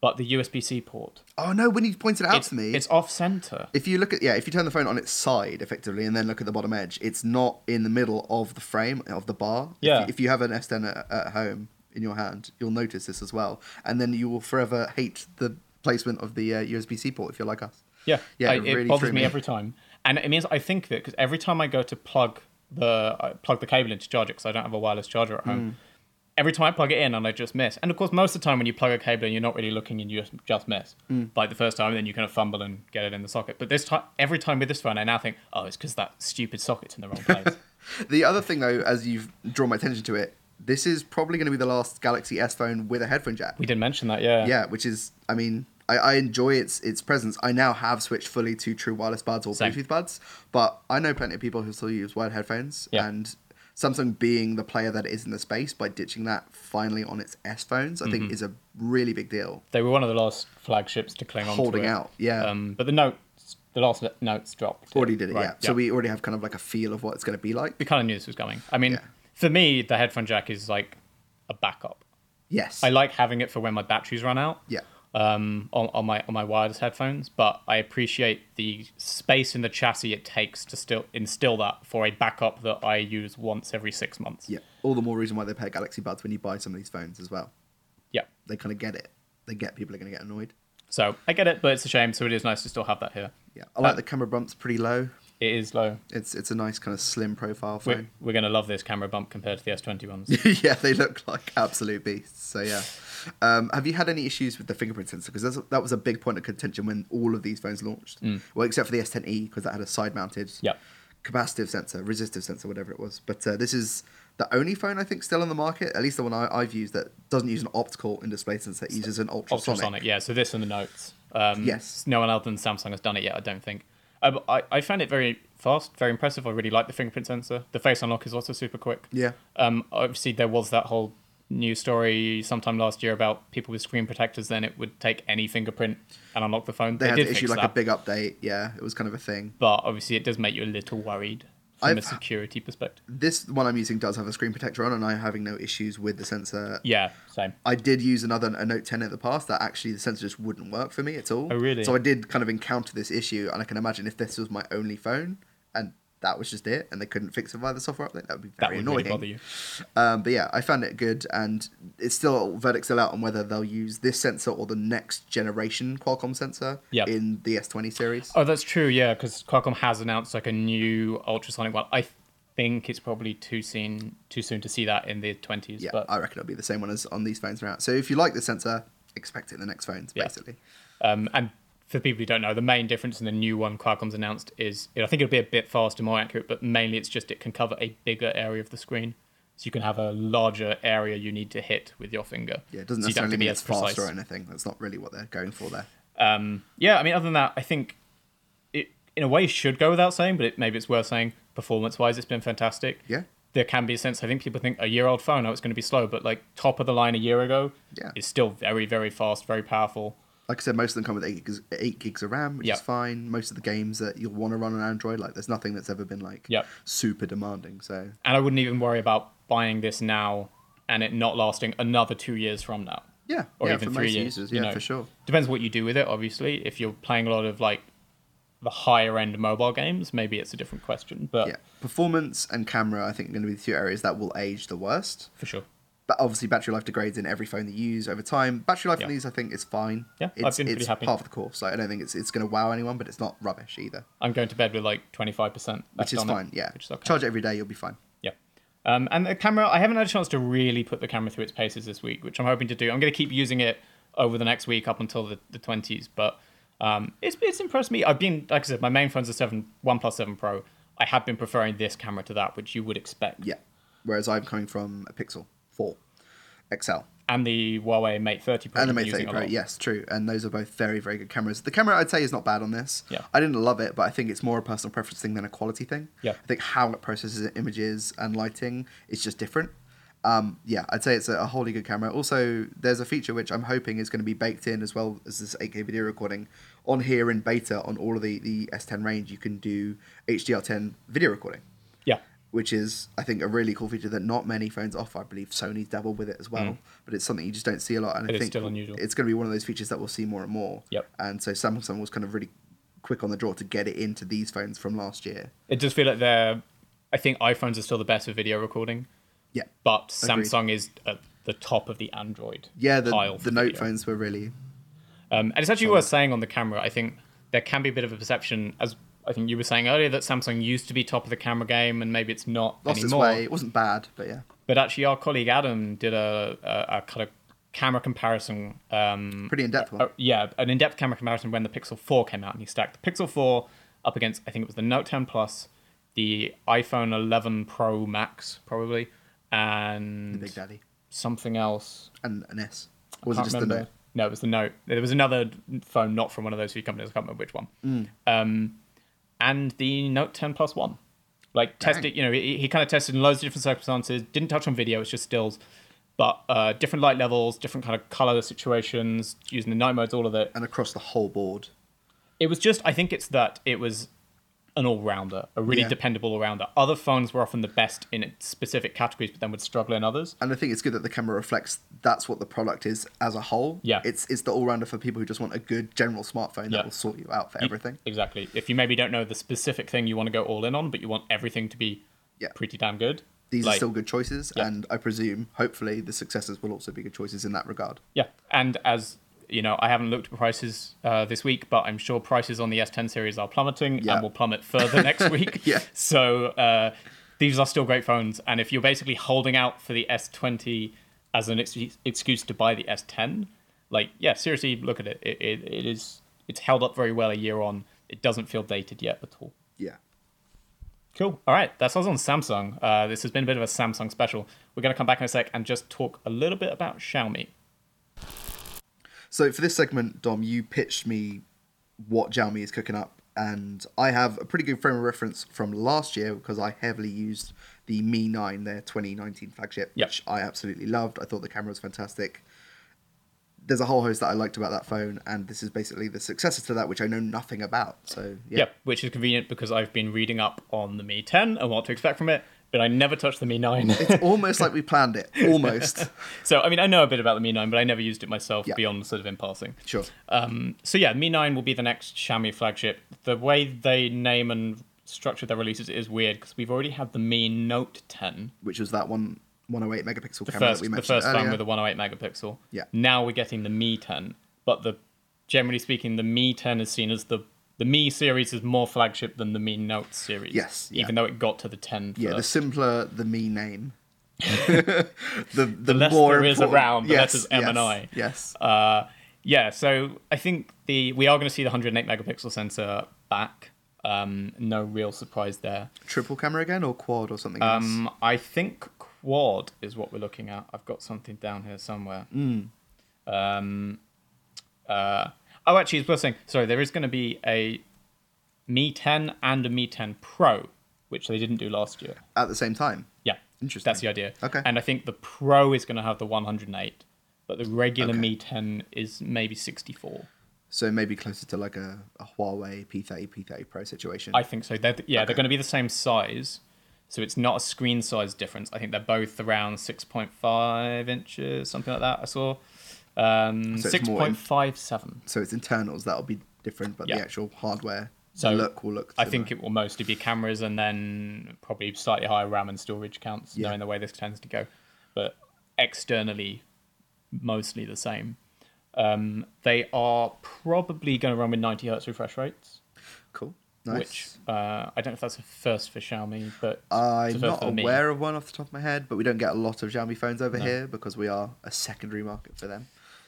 A: but the USB-C port.
B: Oh no, when you pointed it out
A: It's,
B: to me,
A: it's off center.
B: if you look at yeah, if you turn the phone on its side effectively and then look at the bottom edge, it's not in the middle of the frame of the bar. If you-
A: Yeah.
B: If you, have an S10 at, at home in your hand, you'll notice this as well, and then you will forever hate the placement of the uh, USB-C port if you're like us.
A: Yeah,
B: Yeah,
A: I,
B: it
A: it,
B: really
A: bothers
B: threw
A: me
B: me.
A: every time, and it means I think that because every time I go to plug the I plug the cable in to charge it because I don't have a wireless charger at
B: Mm.
A: home. Every time I plug it in, and I just miss. And of course, most of the time when you plug a cable in, you're not really looking, and you just, just miss.
B: Mm.
A: Like the first time, then you kind of fumble and get it in the socket. But this time, every time with this phone, I now think, oh, it's because that stupid socket's in the wrong place.
B: The other thing though, as you've drawn my attention to it, this is probably going to be the last Galaxy S phone with a headphone jack.
A: we didn't mention that, yeah.
B: yeah, which is, I mean, I, I enjoy its its presence. I now have switched fully to true wireless buds or
A: Same.
B: Bluetooth buds, but I know plenty of people who still use wired headphones.
A: Yeah.
B: And Samsung being the player that it is in the space by ditching that finally on its S phones, I
A: Mm-hmm.
B: think is a really big deal.
A: They were one of the last flagships to cling on.
B: Holding out, yeah.
A: Um, but the notes, the last le- notes dropped.
B: Already did it,
A: Right,
B: yeah. So we already have kind of like a feel of what it's going to be like.
A: we kind of knew this was coming. I mean,
B: Yeah.
A: for me, the headphone jack is like a backup.
B: Yes.
A: I like having it for when my batteries run out.
B: Yeah.
A: Um, on, on my on my wireless headphones, but I appreciate the space in the chassis it takes to still instill that for a backup that I use once every six months.
B: Yeah. All the more reason why they pair Galaxy Buds when you buy some of these phones as well.
A: Yeah.
B: They kind of get it. They get people are going to get annoyed.
A: So I get it, but it's a shame. So it is nice to still have that here.
B: Yeah. I like
A: Uh,
B: the camera bumps pretty low.
A: It is low.
B: It's it's a nice kind of slim profile phone.
A: We're, we're gonna love this camera bump compared to the S20 ones.
B: yeah, they look like absolute beasts. So yeah, um, have you had any issues with the fingerprint sensor? Because that was a big point of contention when all of these phones launched.
A: Mm.
B: Well, except for the S10e, because that had a side-mounted
A: Yep.
B: capacitive sensor, resistive sensor, whatever it was. But uh, this is the only phone I think still on the market, at least the one I, I've used that doesn't use an optical in display sensor. It uses an ultrasonic.
A: ultrasonic. Yeah, so this and the notes. Um,
B: Yes.
A: No one other than Samsung has done it yet, I don't think. Uh, but I, I found it very fast, very impressive. I really like the fingerprint sensor. The face unlock is also super quick.
B: Yeah.
A: Um, obviously, there was that whole news story sometime last year about people with screen protectors, then it would take any fingerprint and unlock the phone.
B: They, had
A: did
B: to issue
A: fix
B: like
A: that,
B: a big update. Yeah, it was kind of a thing.
A: But obviously, it does make you a little worried from a
B: I've-
A: security perspective.
B: This one I'm using does have a screen protector on, and I'm having no issues with the sensor
A: Yeah, same.
B: I did use another a Note 10 in the past that actually the sensor just wouldn't work for me at all.
A: Oh, really?
B: So I did kind of encounter this issue, and I can imagine if this was my only phone and that was just it, and they couldn't fix it via the software update, that would be
A: That
B: very
A: would
B: annoying.
A: really bother you.
B: Um, but yeah, I found it good, and it's still verdict's still out on whether they'll use this sensor or the next generation Qualcomm sensor
A: Yep.
B: in the S20 series.
A: Oh, that's true. Yeah, because Qualcomm has announced like a new ultrasonic one. I think it's probably too soon too soon to see that in the twenties.
B: yeah,
A: but
B: I reckon it'll be the same one as on these phones now. So if you like the sensor, expect it in the next phones,
A: Yeah.
B: basically.
A: um, and for people who don't know, the main difference in the new one Qualcomm's announced is I think it'll be a bit faster, more accurate, but mainly it's just it can cover a bigger area of the screen, so you can have a larger area you need to hit with your finger.
B: Yeah, it doesn't
A: so you don't have
B: necessarily
A: to be
B: mean
A: as
B: it's faster
A: precise.
B: or anything. That's not really what they're going for there.
A: Um, yeah, I mean, other than that, I think it in a way should go without saying, but it, maybe it's worth saying. Performance wise, it's been fantastic.
B: Yeah.
A: There can be a sense, I think people think a year old phone, oh, it's going to be slow, but like top of the line a year ago
B: Yeah.
A: is still very, very fast, very powerful.
B: like I said, most of them come with eight gigs, eight gigs of RAM, which
A: Yep.
B: is fine. Most of the games that you'll want to run on Android, like there's nothing that's ever been like
A: Yep.
B: super demanding. So
A: And I wouldn't even worry about buying this now and it not lasting another two years from now.
B: yeah,
A: Or
B: yeah,
A: even
B: for
A: three
B: most
A: years.
B: users,
A: you
B: yeah,
A: know.
B: for sure.
A: Depends what you do with it, obviously. If you're playing a lot of like the higher end mobile games, maybe it's a different question, but
B: Yeah, performance and camera, I think, are going to be the two areas that will age the worst.
A: for sure.
B: But obviously, battery life degrades in every phone that you use over time. Battery life in
A: Yeah.
B: these, I think, is fine.
A: Yeah, I've
B: it's,
A: been pretty
B: it's
A: happy.
B: part of the course. Like, I don't think it's it's going to wow anyone, but it's not rubbish either,
A: I'm going to bed with like 25%.
B: which
A: left
B: is
A: on it,
B: fine. Yeah,
A: Which is okay.
B: charge it every day, you'll be fine.
A: Yeah. Um, and the camera, I haven't had a chance to really put the camera through its paces this week, which I'm hoping to do. I'm going to keep using it over the next week up until the, the 20s, but um, it's, it's impressed me. I've been, like I said, my main phone's a 7, OnePlus 7 Pro. I have been preferring this camera to that, which you would expect.
B: Yeah. Whereas I'm coming from a Pixel 4 XL
A: And the Huawei Mate 30 Pro.
B: and a
A: I'm
B: Mate
A: using
B: 30
A: a
B: Pro.
A: lot.
B: Yes, true. And those are both very, very good cameras. The camera, I'd say, is not bad on this.
A: Yeah.
B: I didn't love it, but I think it's more a personal preference thing than a quality thing.
A: Yeah.
B: I think how it processes images and lighting is just different. Um, yeah, I'd say it's a, a wholly good camera. Also, there's a feature which I'm hoping is going to be baked in as well as this 8K video recording on here in beta on all of the, the S10 range. You can do HDR10 video recording
A: Yeah.
B: which is I think a really cool feature that not many phones offer. I believe Sony's dabbled with it as well, but it's something you just don't see a lot. And
A: Mm. It
B: I
A: is
B: think
A: still unusual.
B: it's going to be one of those features that we'll see more and more.
A: Yep.
B: And so Samsung was kind of really quick on the draw to get it into these phones from last year.
A: It does feel like they're, I think iPhones are still the best for video recording,
B: Yeah.
A: but
B: Agreed.
A: Samsung is at the top of the Android
B: Yeah, the,
A: pile for
B: the Note
A: video.
B: phones were really
A: Um, and it's actually worth saying on the camera, I think there can be a bit of a perception, as I think you were saying earlier, that Samsung used to be top of the camera game and maybe it's not
B: lost its
A: anymore.
B: way. It wasn't bad, but yeah,
A: But actually, our colleague Adam did a, a, a kind of camera comparison. Um,
B: pretty in depth one.
A: uh, yeah, an in depth camera comparison when the Pixel 4 came out and he stacked the Pixel 4 up against, I think it was the Note 10 Plus, the iPhone 11 Pro Max, probably, and
B: Big Daddy
A: something else.
B: and an S. Or was it
A: Can't
B: just the
A: remember.
B: Note?
A: No, it was the Note. There was another phone not from one of those few companies. I can't remember which one.
B: Mm.
A: Um, and the Note 10 Plus One, like tested. You know, he, he kind of tested in loads of different circumstances. Didn't touch on video. It's just stills, but uh, different light levels, different kind of color situations, using the night modes, all of it.
B: And across the whole board.
A: It was just. I think it's that it was an all-rounder, a really
B: Yeah.
A: dependable all-rounder. Other phones were often the best in specific categories, but then would struggle in others.
B: and I think it's good that the camera reflects that's what the product is as a whole.
A: Yeah.
B: it's it's the all rounder for people who just want a good general smartphone
A: Yeah.
B: that will sort you out for everything.
A: Exactly. If you maybe don't know the specific thing you want to go all in on, but you want everything to be
B: Yeah.
A: pretty damn good.
B: These
A: like-
B: are still good choices,
A: Yeah.
B: and I presume hopefully the successors will also be good choices in that regard.
A: Yeah. And as you know, I haven't looked at prices uh, this week, but I'm sure prices on the S10 series are plummeting
B: Yeah.
A: and will plummet further next week.
B: Yeah.
A: So uh, these are still great phones. And if you're basically holding out for the S20 as an ex- excuse to buy the S10, like, yeah, seriously, look at it. It, it, it is, it's held up very well a year on. It doesn't feel dated yet at all.
B: Yeah,
A: Cool. All right, that's us on Samsung. Uh, this has been a bit of a Samsung special. We're going to come back in a sec and just talk a little bit about Xiaomi.
B: So for this segment, Dom, you pitched me what Xiaomi is cooking up, and I have a pretty good frame of reference from last year because I heavily used the Mi 9, their 2019 flagship,
A: Yep.
B: which I absolutely loved. I thought the camera was fantastic. There's a whole host that I liked about that phone, and this is basically the successor to that, which I know nothing about. So yeah,
A: Yep, which is convenient because I've been reading up on the Mi 10 and what to expect from it, but I never touched the Mi 9.
B: it's almost like we planned it. Almost.
A: so, I mean, I know a bit about the Mi 9, but I never used it myself
B: Yeah.
A: beyond sort of in passing.
B: sure.
A: Um, so yeah, Mi 9 will be the next Xiaomi flagship. The way they name and structure their releases is weird because we've already had the Mi Note 10.
B: Which was that one 108 megapixel camera
A: first,
B: that we
A: the
B: mentioned
A: first
B: earlier.
A: phone with a 108 megapixel.
B: Yeah.
A: Now we're getting the Mi 10, but the generally speaking, the Mi 10 is seen as the the Mi series is more flagship than the Mi Note series.
B: Yes, yeah.
A: Even though it got to the 10.
B: Yeah, the
A: first.
B: simpler the me name, the the,
A: less
B: more
A: there is
B: important-
A: around, the less is M&I.
B: Yes,
A: Uh, yeah. So I think the we are going to see the 108 megapixel sensor back. Um, no real surprise there.
B: triple camera again or quad or something else.
A: Um, I think quad is what we're looking at. I've got something down here somewhere.
B: Hmm.
A: Um, uh, oh, actually, it's worth saying. Sorry, there is going to be a Mi 10 and a Mi 10 Pro, which they didn't do last year.
B: At the same time,
A: Yeah,
B: Interesting.
A: That's the idea.
B: Okay.
A: And I think the Pro is going to have the 108, but the regular
B: Okay.
A: Mi 10 is maybe 64.
B: so maybe closer to like a, a Huawei P30, P30 Pro situation.
A: I think so. They're th- yeah, they're going to be the same size, so it's not a screen size difference. I think they're both around six point five inches, something like that. I saw um,
B: So
A: six
B: it's more in-
A: point five seven.
B: so it's internals that'll be different, but
A: Yeah.
B: the actual hardware
A: So
B: look will look.
A: I
B: similar.
A: think it will mostly be cameras and then probably slightly higher RAM and storage counts,
B: Yeah.
A: knowing the way this tends to go. But externally, mostly the same. Um, they are probably going to run with 90 hertz refresh rates,
B: cool. Nice.
A: which uh, I don't know if that's a first for Xiaomi, but it's a
B: I'm
A: first
B: not
A: for me.
B: aware of one off the top of my head, but we don't get a lot of Xiaomi phones over here because we are a secondary market for them.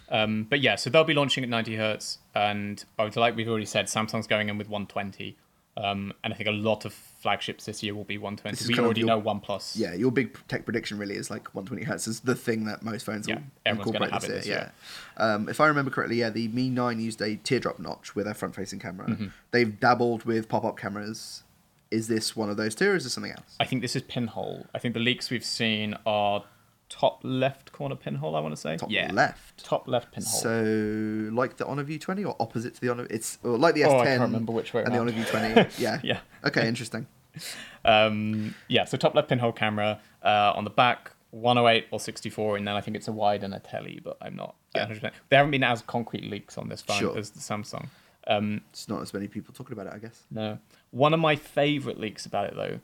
A: Um, but yeah, so they'll be launching at 90 hertz, and I would like we've already said, Samsung's going in with 120, um, and I think a lot of flagships this year will be 120.
B: is
A: we
B: kind of
A: already
B: your-
A: know OnePlus.
B: Yeah, your big tech prediction really is like 120 hertz is the thing that most phones
A: Yeah,
B: will
A: everyone's gonna
B: incorporate
A: have
B: this
A: it
B: year.
A: this
B: yeah. Um, if I remember correctly, yeah, the Mi 9 used a teardrop notch with their front-facing camera.
A: Mm-hmm.
B: They've dabbled with pop-up cameras. Is this one of those two, or is this something else?
A: I think this is pinhole. I think the leaks we've seen are top left corner pinhole. I want to say
B: Top
A: yeah,
B: left.
A: top left pinhole.
B: So, like the Honor View 20, or opposite to the Honor, it's or like the S10.
A: Oh, I can't remember which way
B: And the
A: around.
B: Honor View 20. Yeah.
A: Yeah.
B: Okay, interesting.
A: um, yeah, so top left pinhole camera uh, on the back, 108 or 64, and then I think it's a wide and a telly, but I'm not. 100%. There haven't been as concrete leaks on this phone
B: Sure.
A: as the Samsung. Um,
B: It's not as many people talking about it, I guess.
A: No. One of my favorite leaks about it though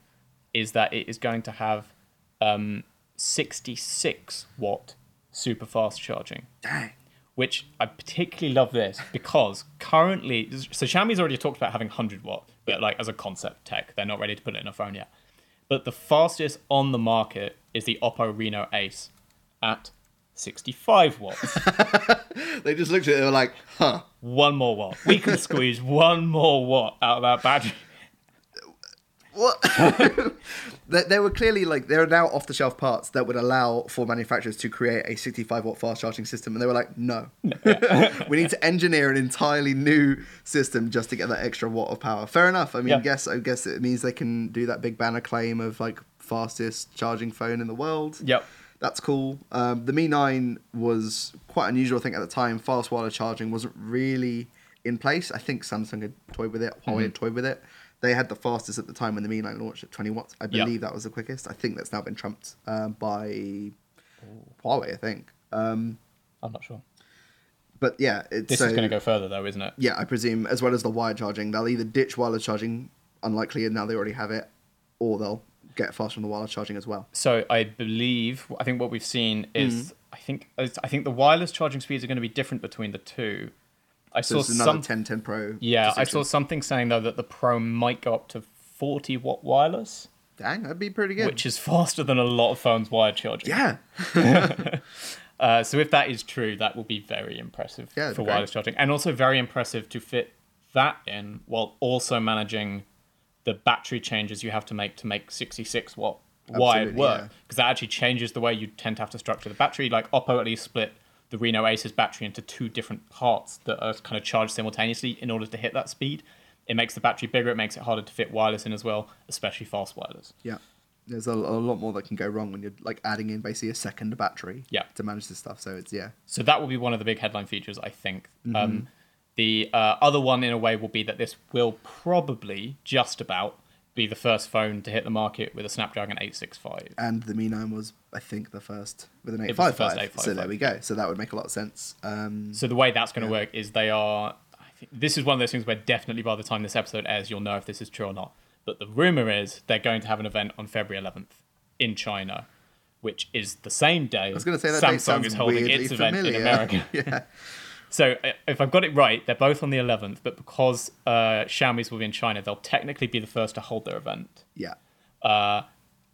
A: is that it is going to have um, 66 watt super fast charging.
B: Dang.
A: which I particularly love this because currently, so Xiaomi's already talked about having 100 watt, but like as a concept tech, they're not ready to put it in a phone yet. But the fastest on the market is the Oppo Reno Ace at 65 watts.
B: They just looked at it and were like, huh.
A: one more watt. We can squeeze one more watt out of that battery.
B: What? they, they were clearly like there are now off the shelf parts that would allow for manufacturers to create a 65 watt fast charging system, and they were like, no, we need to engineer an entirely new system just to get that extra watt of power. Fair enough. I mean,
A: Yeah.
B: guess I guess it means they can do that big banner claim of like fastest charging phone in the world.
A: Yep.
B: That's cool. Um, the Mi 9 was quite unusual, I think, at the time. Fast wireless charging wasn't really in place. I think Samsung had toyed with it, Huawei
A: Mm.
B: had toyed with it. They had the fastest at the time when the Mi 9 launched at 20 watts. I
A: Yeah.
B: believe that was the quickest. I think that's now been trumped um, by
A: Oh.
B: Huawei, I think. Um,
A: I'm not sure.
B: but yeah, it's
A: This
B: so,
A: is going to go further though, isn't it?
B: yeah, I presume, as well as the wired charging, they'll either ditch wireless charging, unlikely, and now they already have it, or they'll get fast from the wireless charging as well.
A: So I believe I think what we've seen
B: Hmm.
A: is I think I think the wireless charging speeds are going to be different between the two. I
B: So
A: saw
B: it's another
A: some
B: 1010 Pro.
A: yeah I
B: decision.
A: saw something saying though that the Pro might go up to 40 watt wireless,
B: Dang, that'd be pretty good.
A: which is faster than a lot of phones wired charging.
B: yeah.
A: Uh, so if that is true, that will be very impressive
B: Yeah,
A: for
B: great.
A: wireless charging, and also very impressive to fit that in while also managing the battery changes you have to make to make 66 watt wired
B: Absolutely,
A: work
B: yeah.
A: because that actually changes the way you tend to have to structure the battery. Like Oppo at least split the Reno Ace's battery into two different parts that are kind of charged simultaneously in order to hit that speed. It makes the battery bigger. It makes it harder to fit wireless in as well, especially fast wireless.
B: Yeah. There's a, a lot more that can go wrong when you're like adding in basically a second battery
A: Yeah.
B: to manage this stuff. So it's yeah.
A: So that will be one of the big headline features, I think.
B: Mm-hmm.
A: Um, the uh, other one, in a way, will be that this will probably just about be the first phone to hit the market with a Snapdragon 865.
B: And the Mi 9 was I think the first with an
A: It was the first
B: 855. So there
A: 855.
B: we go. So that would make a lot of sense. Um,
A: So the way that's going to work is they are. I think, this is one of those things where definitely by the time this episode airs, you'll know if this is true or not. But the rumor is they're going to have an event on February 11th in China, which is the same day I
B: I was going to say that date
A: Samsung
B: sounds
A: is holding
B: weirdly
A: its event
B: familiar.
A: in America.
B: yeah.
A: So uh, if I've got it right, they're both on the 11th, but because uh, Xiaomi's will be in China, they'll technically be the first to hold their event.
B: Yeah.
A: Uh,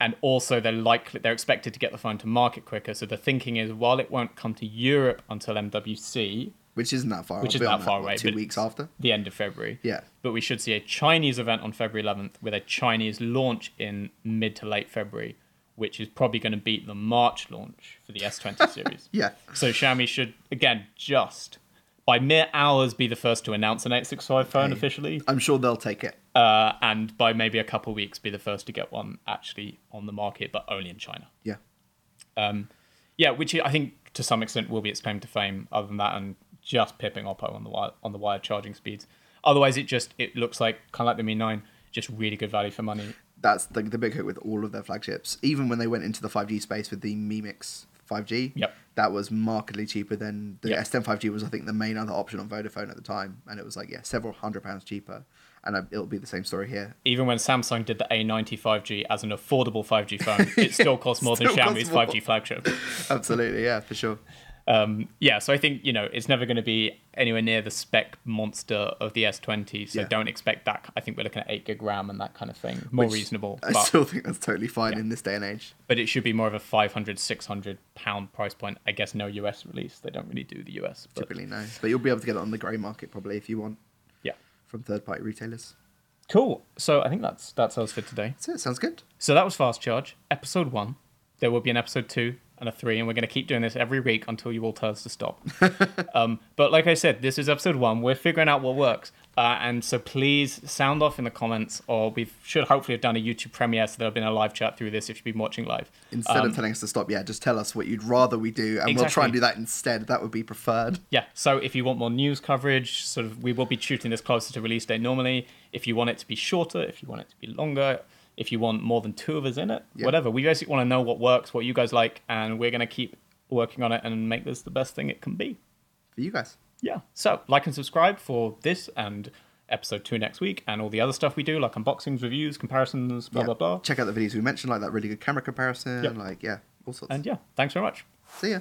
A: and also, they're likely they're expected to get the phone to market quicker. So the thinking is, while it won't come to Europe until MWC,
B: Which isn't that far.
A: Which
B: I'll
A: isn't
B: be on
A: that far
B: what,
A: away,
B: Two
A: but
B: weeks
A: it's-
B: after.
A: the end of February,
B: Yeah.
A: but we should see a Chinese event on February 11th with a Chinese launch in mid to late February, which is probably going to beat the March launch for the S20 series.
B: Yeah.
A: So Xiaomi should again just by mere hours be the first to announce an 865 phone
B: Okay.
A: officially,
B: I'm sure they'll take it.
A: uh, and by maybe a couple weeks be the first to get one actually on the market, but only in China.
B: Yeah.
A: Yeah, which I think to some extent will be its claim to fame. Other than that, and just pipping Oppo on the wire, on the wired charging speeds. Otherwise, it just it looks like kind of like the Mi 9, just really good value for money.
B: That's like the big hook with all of their flagships. Even when they went into the 5G space with the Mi Mix 5G.
A: Yep.
B: That was markedly cheaper than the
A: Yep.
B: S10 5G was, I think, the main other option on Vodafone at the time, and it was like yeah, several hundred pounds cheaper. And I, it'll be the same story here.
A: Even when Samsung did the A90 5G as an affordable 5G phone, it still cost more than
B: Still costs
A: Xiaomi's
B: more.
A: 5G flagship.
B: Absolutely, yeah, for sure.
A: Um, yeah, so I think you know it's never going to be anywhere near the spec monster of the S20. So
B: Yeah.
A: don't expect that. I think we're looking at eight gig RAM and that kind of thing, more
B: Which
A: reasonable.
B: I
A: But,
B: still think that's totally fine in this day and age.
A: but it should be more of a 500, 600 pound price point. I guess no US release. They don't really do the US, but
B: Typically, no, but you'll be able to get it on the grey market probably if you want
A: yeah,
B: from third-party retailers.
A: cool. So I think that's that's us for today.
B: So it sounds good.
A: So that was Fast Charge, episode one. There will be an episode two and a three, and we're going to keep doing this every week until you all tell us to stop. um, but like I said, this is episode one. We're figuring out what works. Uh, and so please sound off in the comments, or we should hopefully have done a YouTube premiere so there'll have been a live chat through this if you've been watching live. Um,
B: Instead of telling us to stop, yeah, just tell us what you'd rather we do, and we'll try
A: Exactly.
B: and do that instead. That would be preferred.
A: Yeah, so if you want more news coverage, sort of, we will be shooting this closer to release day normally. If you want it to be shorter, if you want it to be longer, if you want more than two of us in it,
B: Yeah.
A: whatever. We basically want to know what works, what you guys like, and we're going to keep working on it and make this the best thing it can be.
B: for you guys.
A: Yeah. So like and subscribe for this and episode two next week and all the other stuff we do, like unboxings, reviews, comparisons, blah,
B: Yeah.
A: blah, blah.
B: Check out the videos we mentioned, like that really good camera comparison,
A: Yep.
B: like yeah, all sorts.
A: And yeah, thanks very much.
B: See ya.